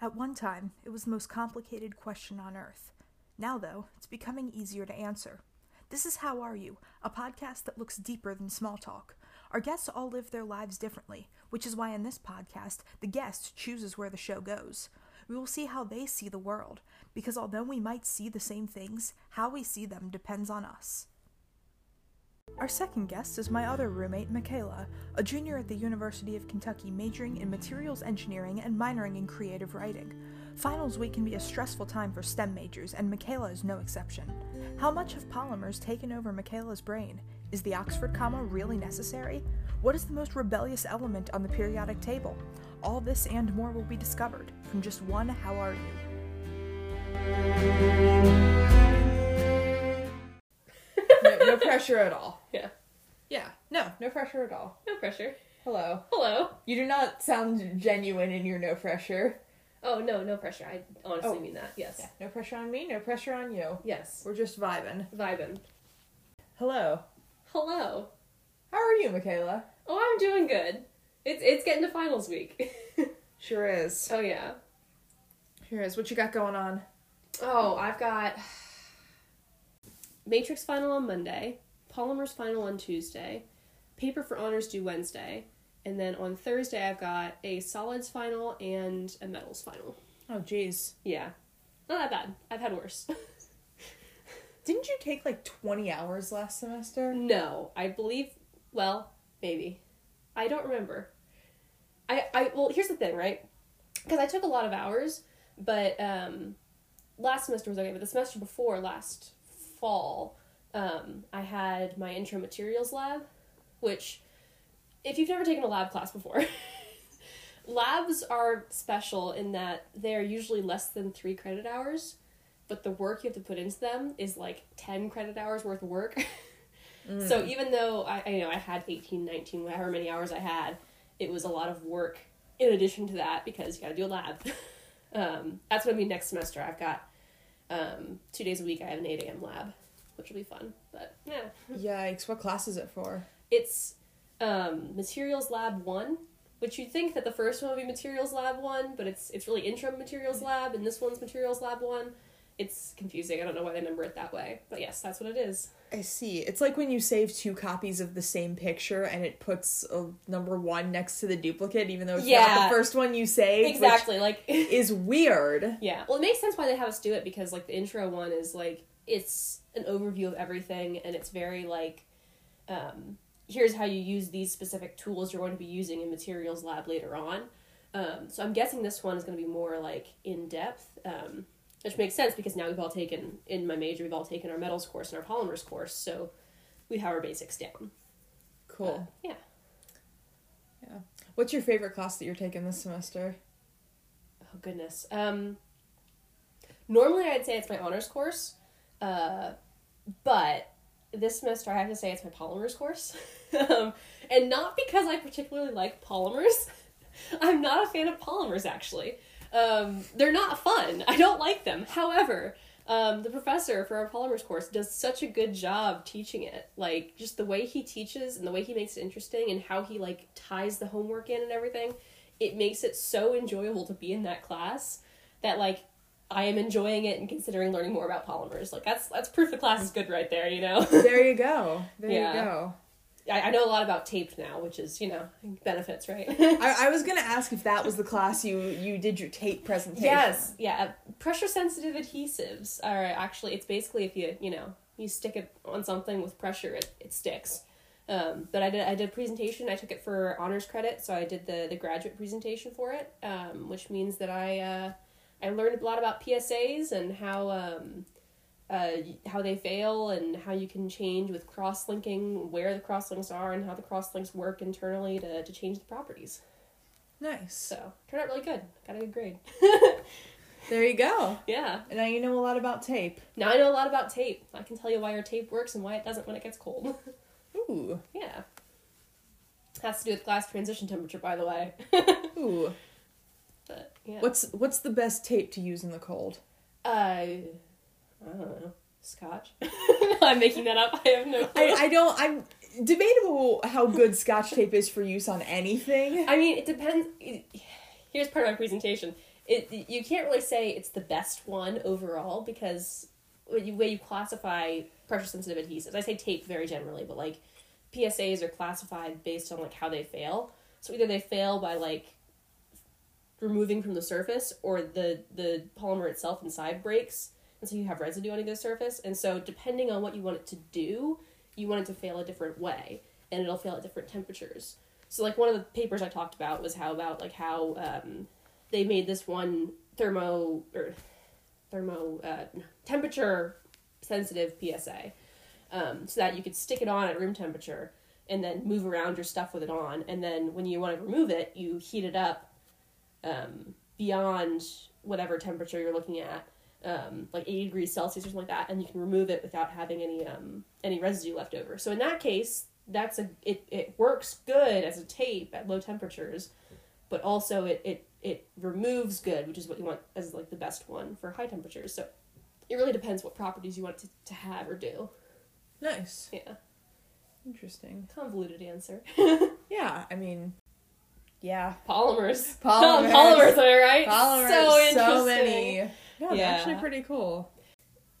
At one time, it was the most complicated question on earth. Now, though, it's becoming easier to answer. This is How Are You, a podcast that looks deeper than small talk. Our guests all live their lives differently, which is why in this podcast, the guest chooses where the show goes. We will see how they see the world, because although we might see the same things, how we see them depends on us. Our second guest is my other roommate, Michaela, a junior at the University of Kentucky majoring in materials engineering and minoring in creative writing. Finals week can be a stressful time for STEM majors, and Michaela is no exception. How much have polymers taken over Michaela's brain? Is the Oxford comma really necessary? What is the most rebellious element on the periodic table? All this and more will be discovered from just one How Are You? no, no pressure at all. Yeah. Yeah. No, no pressure at all. No pressure. Hello. Hello. You do not sound genuine in your no pressure. Oh no, no pressure. I honestly oh. mean that. Yes. Yeah. No pressure on me. No pressure on you. Yes. We're just vibing. Vibing. Hello. Hello. How are you, Michaela? Oh, I'm doing good. It's it's getting to finals week. sure is. Oh yeah. Sure is. What you got going on? Oh, I've got Matrix final on Monday, Polymers final on Tuesday, paper for honors due Wednesday, and then on Thursday I've got a solids final and a metals final. Oh jeez. Yeah. Not that bad. I've had worse. Didn't you take like 20 hours last semester? No, I believe well, maybe. I don't remember. I I well, here's the thing, right? Cuz I took a lot of hours, but um last semester was okay, but the semester before last fall, um, I had my intro materials lab, which, if you've never taken a lab class before, labs are special in that they're usually less than three credit hours, but the work you have to put into them is like 10 credit hours worth of work. mm. So even though I, I you know I had 18, 19, however many hours I had, it was a lot of work in addition to that because you gotta do a lab. um, that's what I mean next semester. I've got um, two days a week I have an 8 a.m. lab, which will be fun, but yeah. Yikes, what class is it for? It's um, Materials Lab 1, which you'd think that the first one would be Materials Lab 1, but it's, it's really Intro Materials Lab, and this one's Materials Lab 1. It's confusing. I don't know why they number it that way, but yes, that's what it is. I see. It's like when you save two copies of the same picture and it puts a number one next to the duplicate, even though it's yeah. not the first one you saved. Exactly. like is weird. Yeah. Well, it makes sense why they have us do it because like the intro one is like it's an overview of everything and it's very like, um, here's how you use these specific tools you're going to be using in materials lab later on. Um, so I'm guessing this one is going to be more like in depth. Um, which makes sense because now we've all taken in my major we've all taken our metals course and our polymers course so we have our basics down cool uh, yeah yeah Uh, what's your favorite class that you're taking this semester oh goodness um normally i'd say it's my honors course uh but this semester i have to say it's my polymers course um, and not because i particularly like polymers i'm not a fan of polymers actually um, they're not fun. I don't like them. However, um, the professor for our polymers course does such a good job teaching it. Like just the way he teaches and the way he makes it interesting and how he like ties the homework in and everything, it makes it so enjoyable to be in that class that like I am enjoying it and considering learning more about polymers. Like that's that's proof the class is good right there, you know. there you go. There yeah. you go. I, know a lot about tape now, which is you know benefits, right? I, I, was gonna ask if that was the class you you did your tape presentation. Yes, yeah, pressure sensitive adhesives are actually it's basically if you you know you stick it on something with pressure, it, it sticks. Um, but I did I did presentation. I took it for honors credit, so I did the the graduate presentation for it, um, which means that I uh, I learned a lot about PSAs and how. Um, uh, how they fail and how you can change with cross linking, where the cross links are, and how the cross links work internally to, to change the properties. Nice. So, turned out really good. Got a good grade. there you go. Yeah. And now you know a lot about tape. Now I know a lot about tape. I can tell you why your tape works and why it doesn't when it gets cold. Ooh. Yeah. Has to do with glass transition temperature, by the way. Ooh. But, yeah. What's what's the best tape to use in the cold? Uh I don't know. Scotch. I'm making that up. I have no clue. I, I, don't. I'm debatable how good Scotch tape is for use on anything. I mean, it depends. Here's part of my presentation. it you can't really say it's the best one overall because when you way you classify pressure sensitive adhesives. I say tape very generally, but like PSAs are classified based on like how they fail. So either they fail by like removing from the surface or the the polymer itself inside breaks and so you have residue on either surface and so depending on what you want it to do you want it to fail a different way and it'll fail at different temperatures so like one of the papers i talked about was how about like how um, they made this one thermo or thermo uh, temperature sensitive psa um, so that you could stick it on at room temperature and then move around your stuff with it on and then when you want to remove it you heat it up um, beyond whatever temperature you're looking at, um, like 80 degrees Celsius or something like that, and you can remove it without having any um, any residue left over. So in that case, that's a it, it works good as a tape at low temperatures, but also it, it it removes good, which is what you want as like the best one for high temperatures. So it really depends what properties you want to, to have or do. Nice. Yeah, Interesting. convoluted answer. Yeah, I mean, yeah. Polymers. Polymers. Polymers, am I right? Polymers, so so, interesting. many. Yeah, they're Yeah. actually pretty cool.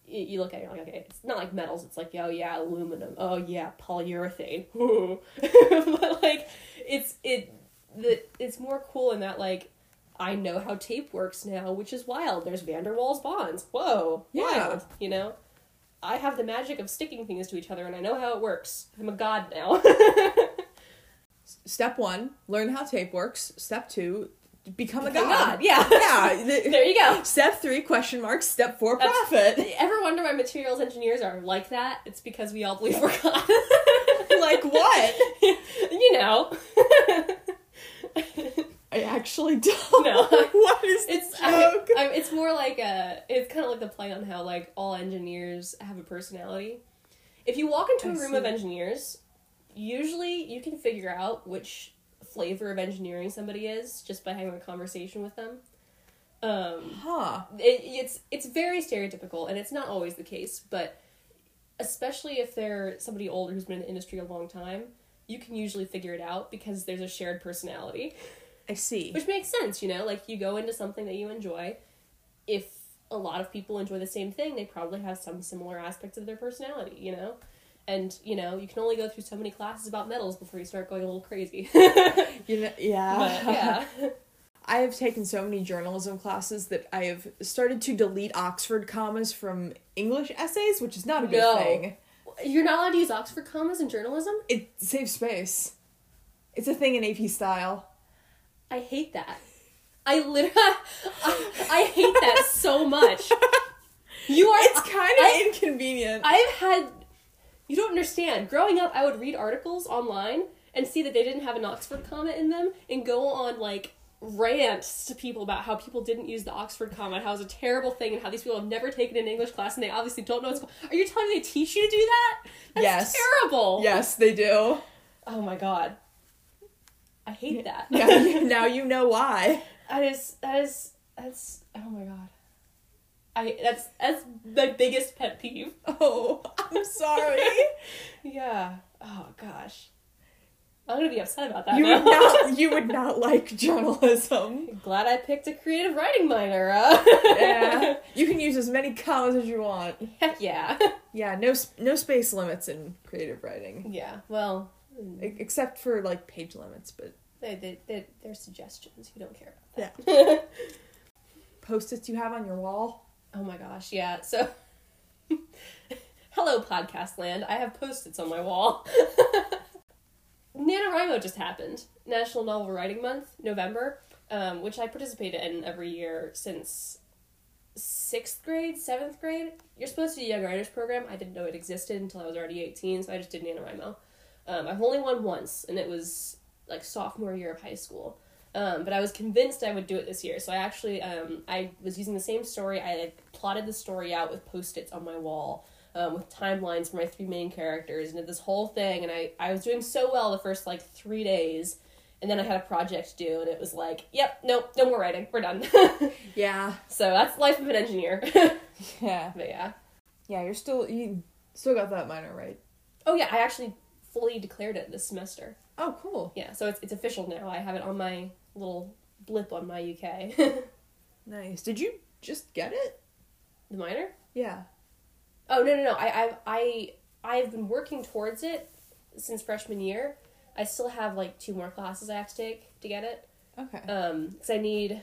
you, you look at it, you're like, okay, it's not like metals. It's like, oh yeah, aluminum. Oh yeah, polyurethane. but like, it's it, the, it's more cool in that like, I know how tape works now, which is wild. There's van der Waals bonds. Whoa, Yeah. wild. You know, I have the magic of sticking things to each other, and I know how it works. I'm a god now. Step one, learn how tape works. Step two, become a Become a god. god, yeah. yeah. the- there you go. Step three, question mark. Step four, That's- profit. Ever wonder why materials engineers are like that? It's because we all believe we're God. Like what? you know. I actually don't. No. what is it's this I, joke? I, it's more like a it's kind of like the play on how like all engineers have a personality. If you walk into a I room see. of engineers, usually you can figure out which flavor of engineering somebody is just by having a conversation with them. Um huh. it, it's it's very stereotypical and it's not always the case but especially if they're somebody older who's been in the industry a long time you can usually figure it out because there's a shared personality I see. which makes sense you know like you go into something that you enjoy if a lot of people enjoy the same thing they probably have some similar aspects of their personality you know and you know you can only go through so many classes about metals before you start going a little crazy but You know, yeah. yeah I have taken so many journalism classes that I have started to delete Oxford commas from English essays, which is not a good No. thing. you're not allowed to use oxford commas in journalism It saves space. It's a thing in AP style. I hate that. I literally, I, I hate that so much. You are. It's kind of I- inconvenient. I've had. You don't understand. Growing up, I would read articles online and see that they didn't have an Oxford comma in them, and go on like rants to people about how people didn't use the Oxford comma, how it was a terrible thing, and how these people have never taken an English class and they obviously don't know what's. go- Are you telling me they teach you to do that? That's Yes. terrible. yes, they do. Oh my god. I hate that. Now you, now you know why. That is that is that's oh my god. I that's that's my biggest pet peeve. Oh, I'm sorry. Yeah. Oh gosh. I'm gonna be upset about that. you now. would not. You would not like journalism. Glad I picked a creative writing minor. Uh. Yeah, you can use as many commas as you want. Heck yeah. Yeah, no sp- no space limits in creative writing, Yeah. Well, E- except for like page limits, but they they they they're suggestions. You don't care yeah. about that. Post-its you have on your wall. oh my gosh. Yeah. So. Hello, podcast land. I have post-its on my wall. NaNoWriMo just happened, National Novel Writing Month, November, um, which I participated in every year since sixth grade, seventh grade. You're supposed to do a young writers program. I didn't know it existed until I was already 18, so I just did NaNoWriMo. Um, I've only won once, and it was like sophomore year of high school. Um, but I was convinced I would do it this year, so I actually um, I was using the same story. I had plotted the story out with post-its on my wall um, with timelines for my three main characters and did this whole thing and I, I was doing so well the first like three days and then I had a project due and it was like, yep, nope, no more writing, we're done. Yeah, so that's life of an engineer. but yeah, yeah. yeah. You're still you still got that minor right. Oh yeah, I actually fully declared it this semester. Oh, cool. Yeah, so it's, it's official now. I have it on my little blip on my UK. Nice. Did you just get it? The minor? Yeah. Oh no no no! I I've, I I've been working towards it since freshman year. I still have like two more classes I have to take to get it. Okay. Um, because I need,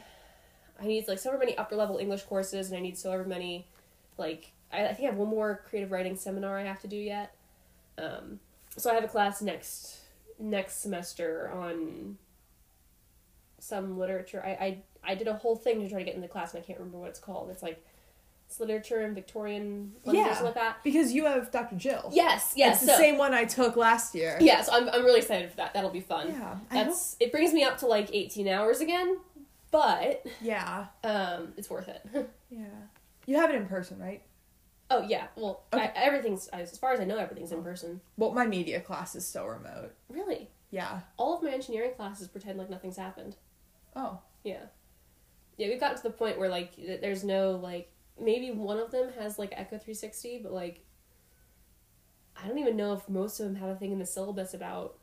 I need like so however many upper level English courses, and I need so however many, like I, I think I have one more creative writing seminar I have to do yet. Um, so I have a class next next semester on some literature. I I, I did a whole thing to try to get in the class, and I can't remember what it's called. It's like it's literature and Victorian yeah. Yeah. or something like that. Because you have Dr. Jill. Yes, yes. It's so, the same one I took last year. Yeah, so I'm, I'm really excited for that. That'll be fun. Yeah. I That's it brings me up to like 18 hours again, but hope- yeah. um it's worth it. Yeah. You have it in person, right? oh yeah. Well, I- Okay. Uh-huh. everything's as far as I know everything's in person. Well, my media class is so remote. Really? Yeah. All of my engineering classes pretend like nothing's happened. Oh. Yeah. Yeah, we've gotten to the point where like th- there's no like maybe one of them has like Echo 360, but like I don't even know if most of them have a thing in the syllabus about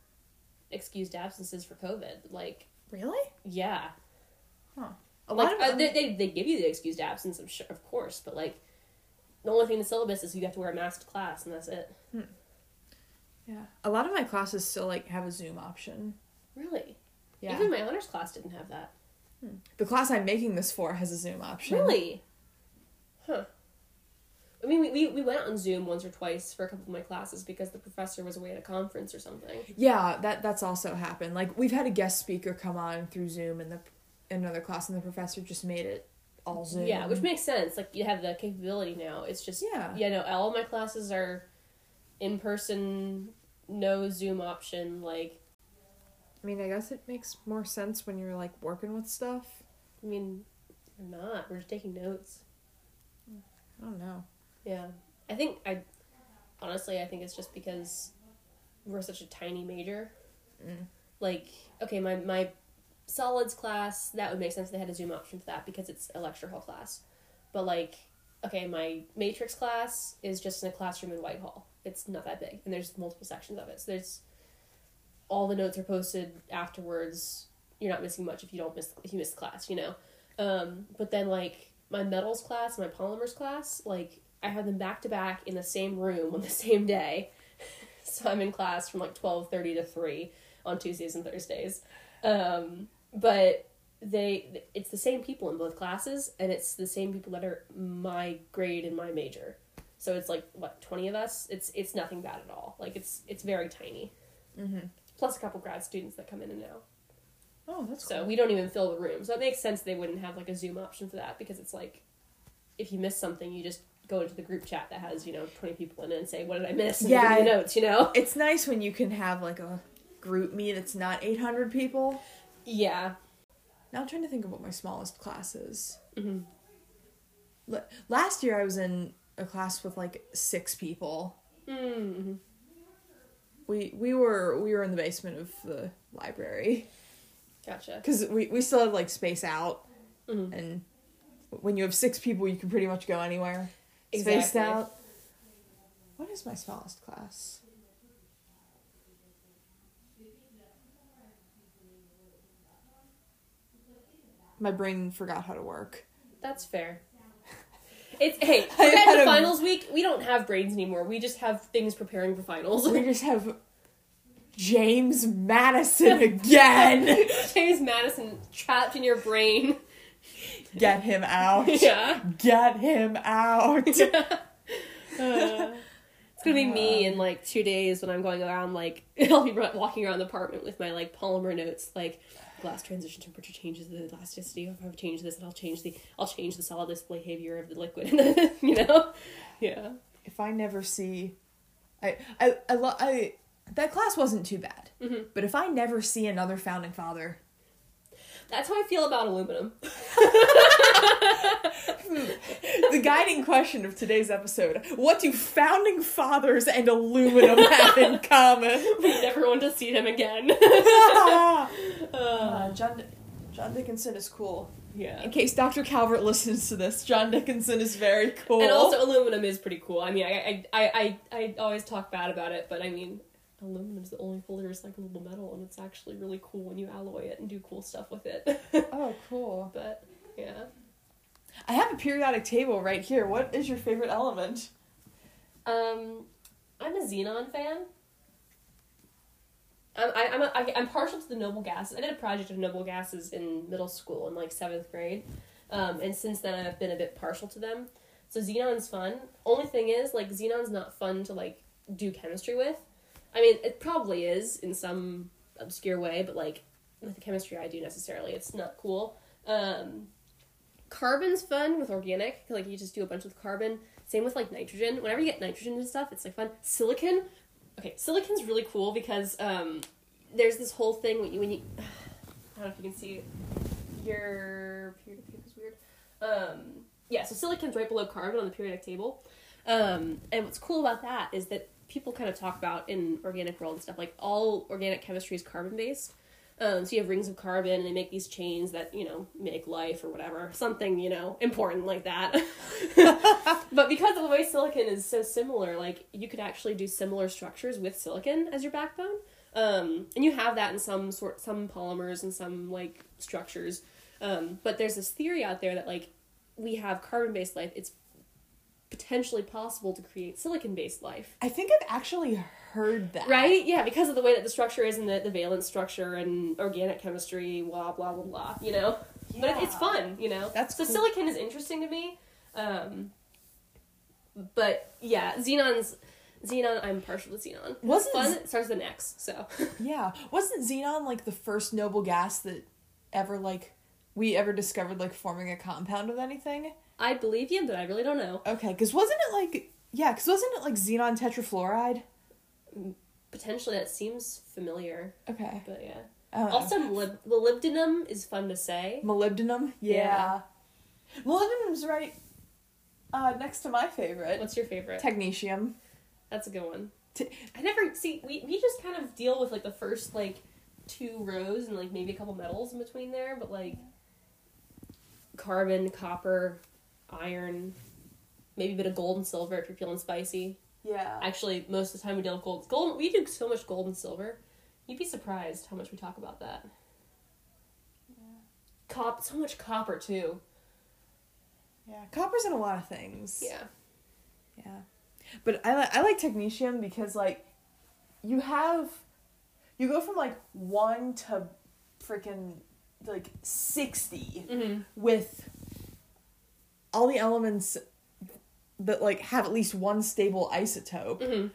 excused absences for COVID. Like Really? yeah, A lot like of uh, them- they, they they give you the excused absence, I'm sure, of course, but like the only thing in the syllabus is you have to wear a mask to class, and that's it. yeah. A lot of my classes still like have a Zoom option. Really, Yeah. even my honors class didn't have that. the class I'm making this for has a Zoom option. Really? Huh. I mean, we, we, we went on Zoom once or twice for a couple of my classes because the professor was away at a conference or something. Yeah, that that's also happened. Like we've had a guest speaker come on through Zoom and the another class and the professor just made it all Zoom. Yeah, which makes sense. Like, you have the capability now. It's just, Yeah. you know, all my classes are in person, no Zoom option. Like, I mean, I guess it makes more sense when you're like working with stuff. I mean, we're not. We're just taking notes. I don't know. Yeah. I think, I honestly, I think it's just because we're such a tiny major. Like, okay, my, my solids class, that would make sense if they had a Zoom option for that because it's a lecture hall class. But, like, okay, my matrix class is just in a classroom in Whitehall. It's not that big, and there's multiple sections of it. So there's all the notes are posted afterwards. You're not missing much if you don't miss if you miss the class, you know. Um, but then like my metals class, my polymers class, like I have them back to back in the same room on the same day. so I'm in class from like twelve thirty to three on Tuesdays and Thursdays. Um, but they it's the same people in both classes, and it's the same people that are my grade and my major. So it's like what twenty of us. It's it's nothing bad at all. Like it's it's very tiny. Plus a couple grad students that come in and out. Oh, that's So we don't even fill the room. So it makes sense they wouldn't have like a Zoom option for that because it's like if you miss something, you just go into the group chat that has, you know, 20 people in it and say, what did I miss? And Yeah, yeah. the I- notes, you know? It's nice when you can have like a group meet that's not 800 people. Yeah. Now I'm trying to think of what my smallest class is. Mm-hmm. last year I was in a class with like six people. Mm-hmm. We we were we were in the basement of the library. Gotcha. because we, we still have like space out Mhm. and when you have six people you can pretty much go anywhere spaced Exactly. out what is my smallest class my brain forgot how to work That's fair. It's, hey, I compared had to a- finals week, we don't have brains anymore. We just have things preparing for finals. we just have james madison again James Madison trapped in your brain. get him out Yeah. get him out Uh, it's gonna be me in like two days when I'm going around like I'll be ru- walking around the apartment with my like polymer notes like glass transition temperature changes the elasticity. If I change this, and I'll change the I'll change the solid display behavior of the liquid. you know, yeah, if I never see, I I I, lo- I that class wasn't too bad, Mm-hmm. but if I never see another founding father, that's how I feel about aluminum. the guiding question of today's episode: What do founding fathers and aluminum have in common? we never want to see them again. Uh, John John Dickinson is cool. yeah. In case Dr. Calvert listens to this, John Dickinson is very cool. And also, aluminum is pretty cool. I mean, I I, I, I I always talk bad about it, but I mean, aluminum's the only fully recyclable metal, and it's actually really cool when you alloy it and do cool stuff with it. oh, cool. but yeah, I have a periodic table right here. What is your favorite element? Um, I'm a xenon fan. I'm I, I'm a, I, I'm partial to the noble gases. I did a project of noble gases in middle school in like seventh grade, um, and since then I've been a bit partial to them. So xenon's fun. Only thing is, like, xenon's not fun to like do chemistry with. I mean, it probably is in some obscure way, but like with the chemistry I do necessarily, it's not cool. Um, carbon's fun with organic, 'cause, like you just do a bunch with carbon. Same with like nitrogen. Whenever you get nitrogen and stuff, it's like fun. Silicon, okay, silicon's really cool because um, there's this whole thing when you when you I don't know if you can see it. your periodic table is weird. Um, yeah, so silicon's right below carbon on the periodic table. Um, and what's cool about that is that people kind of talk about in organic world and stuff like all organic chemistry is carbon based. Um, so you have rings of carbon, and they make these chains that you know make life or whatever, something you know important like that. but because of the way silicon is so similar, like you could actually do similar structures with silicon as your backbone, um, and you have that in some sort, some polymers and some like structures. Um, but there's this theory out there that like we have carbon based life. It's potentially possible to create silicon based life. I think I've actually heard that. Right? Yeah, because of the way that the structure is and the, the valence structure and organic chemistry, blah, blah, blah, blah, you know? But it, it's Yeah. fun, you know? That's so cool. silicon is interesting to me. Um, but yeah, xenon's. Xenon, I'm partial to xenon. Wasn't fun? z- It starts with an X, so. Yeah. Wasn't xenon like the first noble gas that ever like we ever discovered like forming a compound of anything? I believe you, but I really don't know. Okay, cuz wasn't it like yeah, cuz wasn't it like xenon tetrafluoride? Potentially that seems familiar, Okay. but yeah. I don't know. Also, molib- molybdenum is fun to say. molybdenum? Yeah. Molybdenum's right uh next to my favorite. What's your favorite? Technetium. That's a good one. T- I never see we, we just kind of deal with like the first like two rows and like maybe a couple metals in between there, but like carbon, copper, iron, maybe a bit of gold and silver if you're feeling spicy. Yeah. Actually, most of the time we deal with gold. Gold we do so much gold and silver. You'd be surprised how much we talk about that. Cop so much copper too. yeah. Copper's in a lot of things. Yeah. Yeah. But I like I like technetium because like you have you go from like 1 to freaking like 60 Mm-hmm. with all the elements that like have at least one stable isotope. Mhm.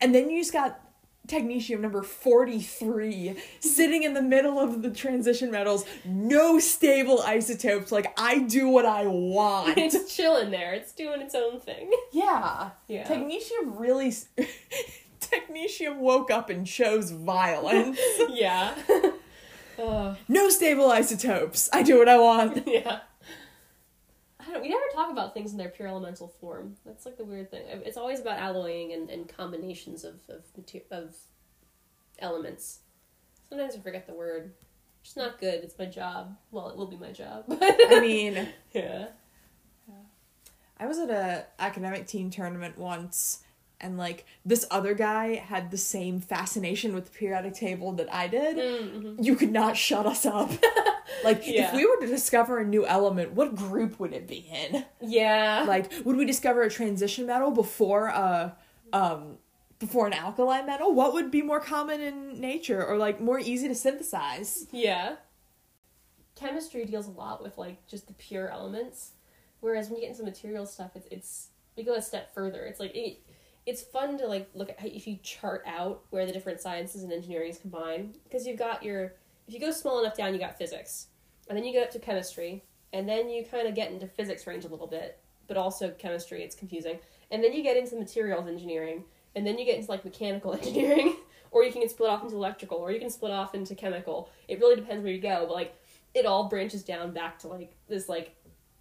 And then you just got technetium number 43 sitting in the middle of the transition metals, no stable isotopes. Like I do what I want. it's chilling there. It's doing its own thing. Yeah. Yeah. Technetium really. s- Technetium woke up and chose violence. yeah. Ugh. no stable isotopes. I do what I want. yeah. I don't, we never talk about things in their pure elemental form. That's like the weird thing. I- It's always about alloying and, and combinations of of, mater- of elements. Sometimes I forget the word. It's not good. It's my job. Well, it will be my job. I mean, yeah. I was at a academic team tournament once, and like this other guy had the same fascination with the periodic table that I did. Mm-hmm. You could not shut us up. like, if Yeah. we were to discover a new element, what group would it be in? Yeah. like would we discover a transition metal before a um before an alkali metal what would be more common in nature or like more easy to synthesize Yeah. Chemistry deals a lot with like just the pure elements, whereas when you get into material stuff, it's it's we go a step further. It's like it, it's fun to like look at how, if you chart out where the different sciences and engineerings combine because you've got your if you go small enough down, you got physics, and then you get up to chemistry, and then you kind of get into physics range a little bit, but also chemistry. It's confusing, and then you get into materials engineering, and then you get into like mechanical engineering, or you can split off into electrical, or you can split off into chemical. It really depends where you go, but like it all branches down back to like this like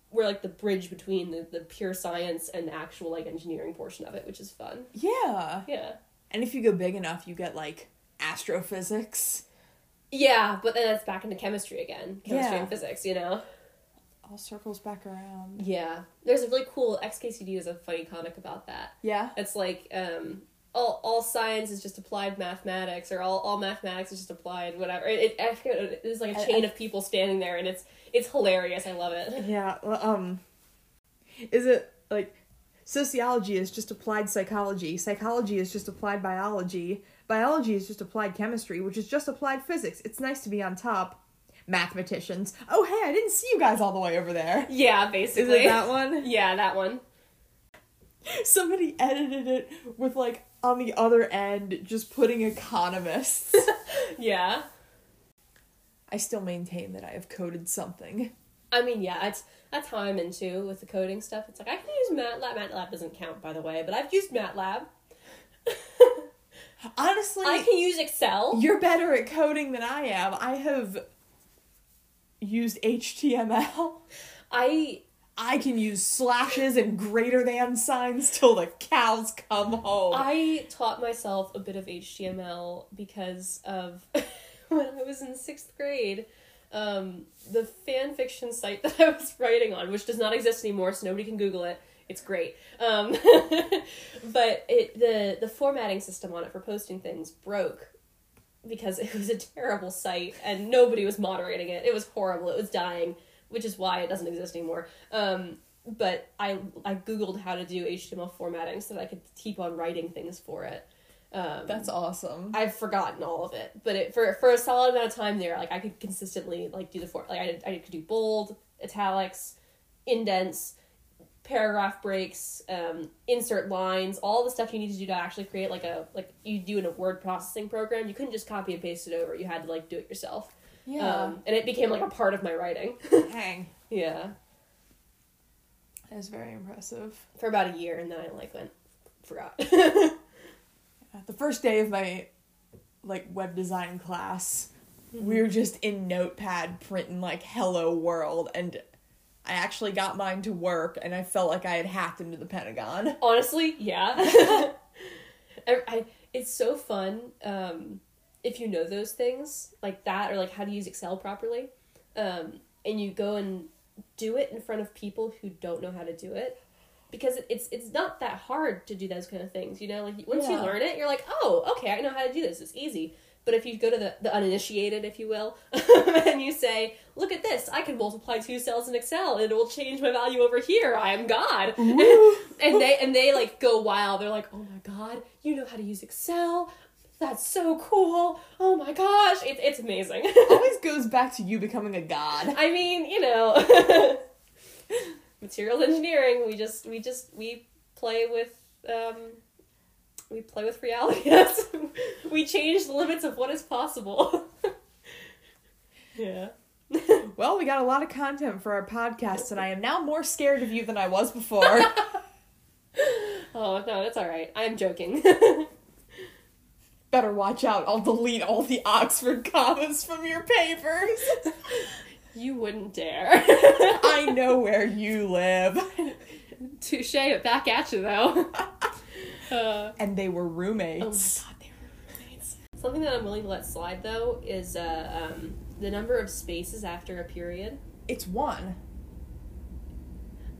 we're like the bridge between the, the pure science and the actual like engineering portion of it, which is fun. yeah Yeah. and if you go big enough you get like astrophysics Yeah, but then that's back into chemistry again. Chemistry Yeah. and physics, you know? all circles back around Yeah. There's a really cool XKCD is a funny comic about that. yeah It's like um, all all science is just applied mathematics, or all, all mathematics is just applied whatever. It, it, I forget. what it- It's like I- a chain of people standing there, and it's it's hilarious. I love it. yeah well, um Is it like sociology is just applied psychology, psychology is just applied biology, biology is just applied chemistry, which is just applied physics. It's nice to be on top. Mathematicians. Oh hey, I didn't see you guys all the way over there. Yeah, Is basically. it that one? Yeah, that one. Somebody edited it with like on the other end just putting economists. Yeah. I still maintain that I have coded something. I mean, yeah, that's that's how I'm into with the coding stuff. It's like I can use MATLAB. MATLAB doesn't count, by the way, but I've used MATLAB. Honestly, I can use Excel. You're better at coding than I am. I have used HTML. I I can use slashes and greater than signs till the cows come home. I taught myself a bit of HTML because of when I was in sixth grade. Um, the fan fiction site that I was writing on, which does not exist anymore, so nobody can Google it. It's great, um, but it the the formatting system on it for posting things broke because it was a terrible site and nobody was moderating it. It was horrible. It was dying, which is why it doesn't exist anymore. Um, but I I googled how to do HTML formatting so that I could keep on writing things for it. Um, Uh, That's awesome. I've forgotten all of it, but it, for for a solid amount of time there, like I could consistently like do the for like I did, I could do bold, italics, indents, paragraph breaks, um, insert lines, all the stuff you need to do to actually create like a like you do in a word processing program. You couldn't just copy and paste it over. You had to like do it yourself. Um, and it became like a part of my writing. Hang. yeah, That is very impressive. for about a year, and then I like went forgot. The first day of my like web design class, we were just in Notepad printing like hello world and I actually got mine to work and I felt like I had hacked into the Pentagon. Honestly, yeah. I, I- it's so fun um, if you know those things like that, or like how to use Excel properly, um, and you go and do it in front of people who don't know how to do it, because it- it's it's not that hard to do those kind of things. You know, like once you Yeah. learn it, you're like, oh, okay, I know how to do this. It's easy. But if you go to the, the uninitiated, if you will, and you say, look at this, I can multiply two cells in Excel and it will change my value over here. I am God. and they and they like go wild. They're like, oh my God, you know how to use Excel. That's so cool. Oh my gosh. It, it's amazing. always goes back to you becoming a god. I mean, you know, material engineering. We just we just we play with um, we play with reality. That's, we change the limits of what is possible. yeah. Well, we got a lot of content for our podcast, and I am now more scared of you than I was before. Oh no, that's all right. I'm joking. Better watch out, I'll delete all the Oxford commas from your papers. you wouldn't dare. I know where you live. Touche. It back at you though. Uh, And they were Oh my roommates. god, they were roommates. Something that I'm willing to let slide though is uh, um, the number of spaces after a period. It's one.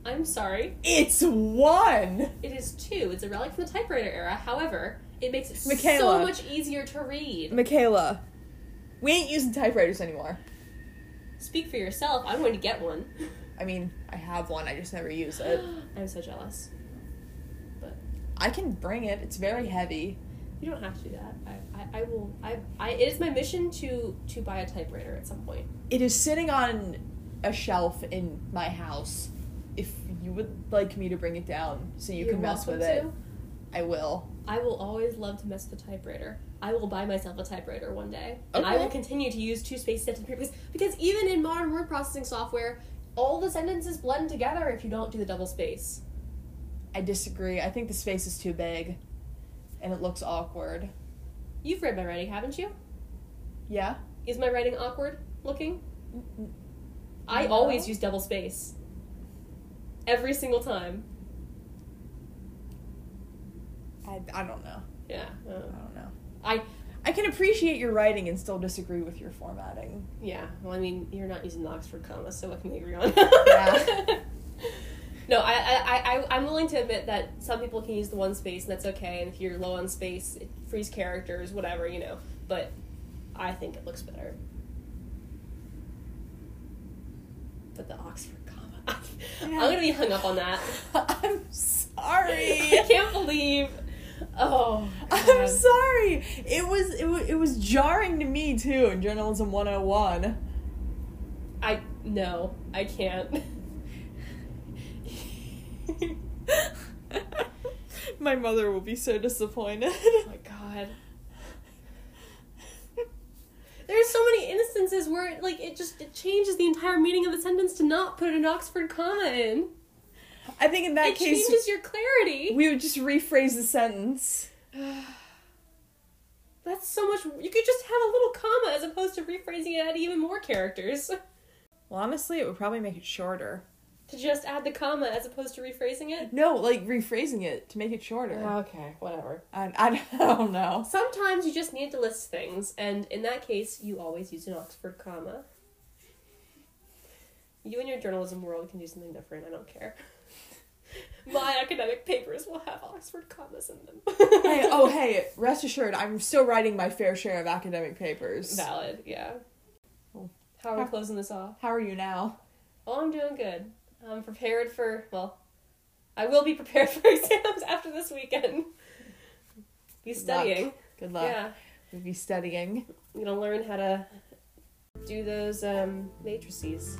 I'm sorry, It's one! it is two. It's a relic from the typewriter era. However, it makes it Michaela. so much easier to read. Michaela, we ain't using typewriters anymore. Speak for yourself. I'm going to get one. I mean, I have one, I just never use it. I'm so jealous. But I can bring it, it's very heavy. you don't have to do that. I, I, I will. I, I. It is my mission to to buy a typewriter at some point. It is sitting on a shelf in my house. If you would like me to bring it down so you You're can mess with welcome it, to. I will. I will always love to mess with a typewriter. I will buy myself a typewriter one day. And I Okay. will continue to use two space sentence because because even in modern word processing software, all the sentences blend together if you don't do the double space. I disagree. I think the space is too big and it looks awkward. You've read my writing, haven't you? Yeah? Is my writing awkward looking? Mm, I No. always use double space. Every single time. I, I don't know. Yeah. I uh, don't know. I I can appreciate your writing and still disagree with your formatting. Yeah, well, I mean, you're not using the Oxford comma, so what can we agree on? Yeah. no, I, I, I, I'm willing to admit that some people can use the one space, and that's okay. And if you're low on space, it frees characters, whatever, you know. But I think it looks better. But the Oxford comma, I'm gonna be hung up on that. I'm I sorry. can't believe. Oh, I'm God. sorry. It was it was, it was jarring to me too in journalism 101. I no, I can't. My mother will be so disappointed. Oh my God. There's so many instances where it, like it just it changes the entire meaning of the sentence to not put an Oxford comma in. I think in that it case changes your clarity. we would just rephrase the sentence. That's so much. You could just have a little comma as opposed to rephrasing it at even more characters. Well, honestly, it would probably make it shorter. To just add the comma as opposed to rephrasing it. No, like rephrasing it to make it shorter. Okay, whatever. I, I don't know. Sometimes you just need to list things, and in that case, you always use an Oxford comma. You and your journalism world can do something different, I don't care. My academic papers will have Oxford commas in them. hey, oh hey, rest assured, I'm still writing my fair share of academic papers. Valid, yeah. Oh. How are we closing this off? How are you now? Oh, I'm doing good. I'm prepared for, well, I will be prepared for exams after this weekend. Be Good luck. studying. Good luck. Yeah. We'll be studying. I'm gonna learn how to do those um, matrices.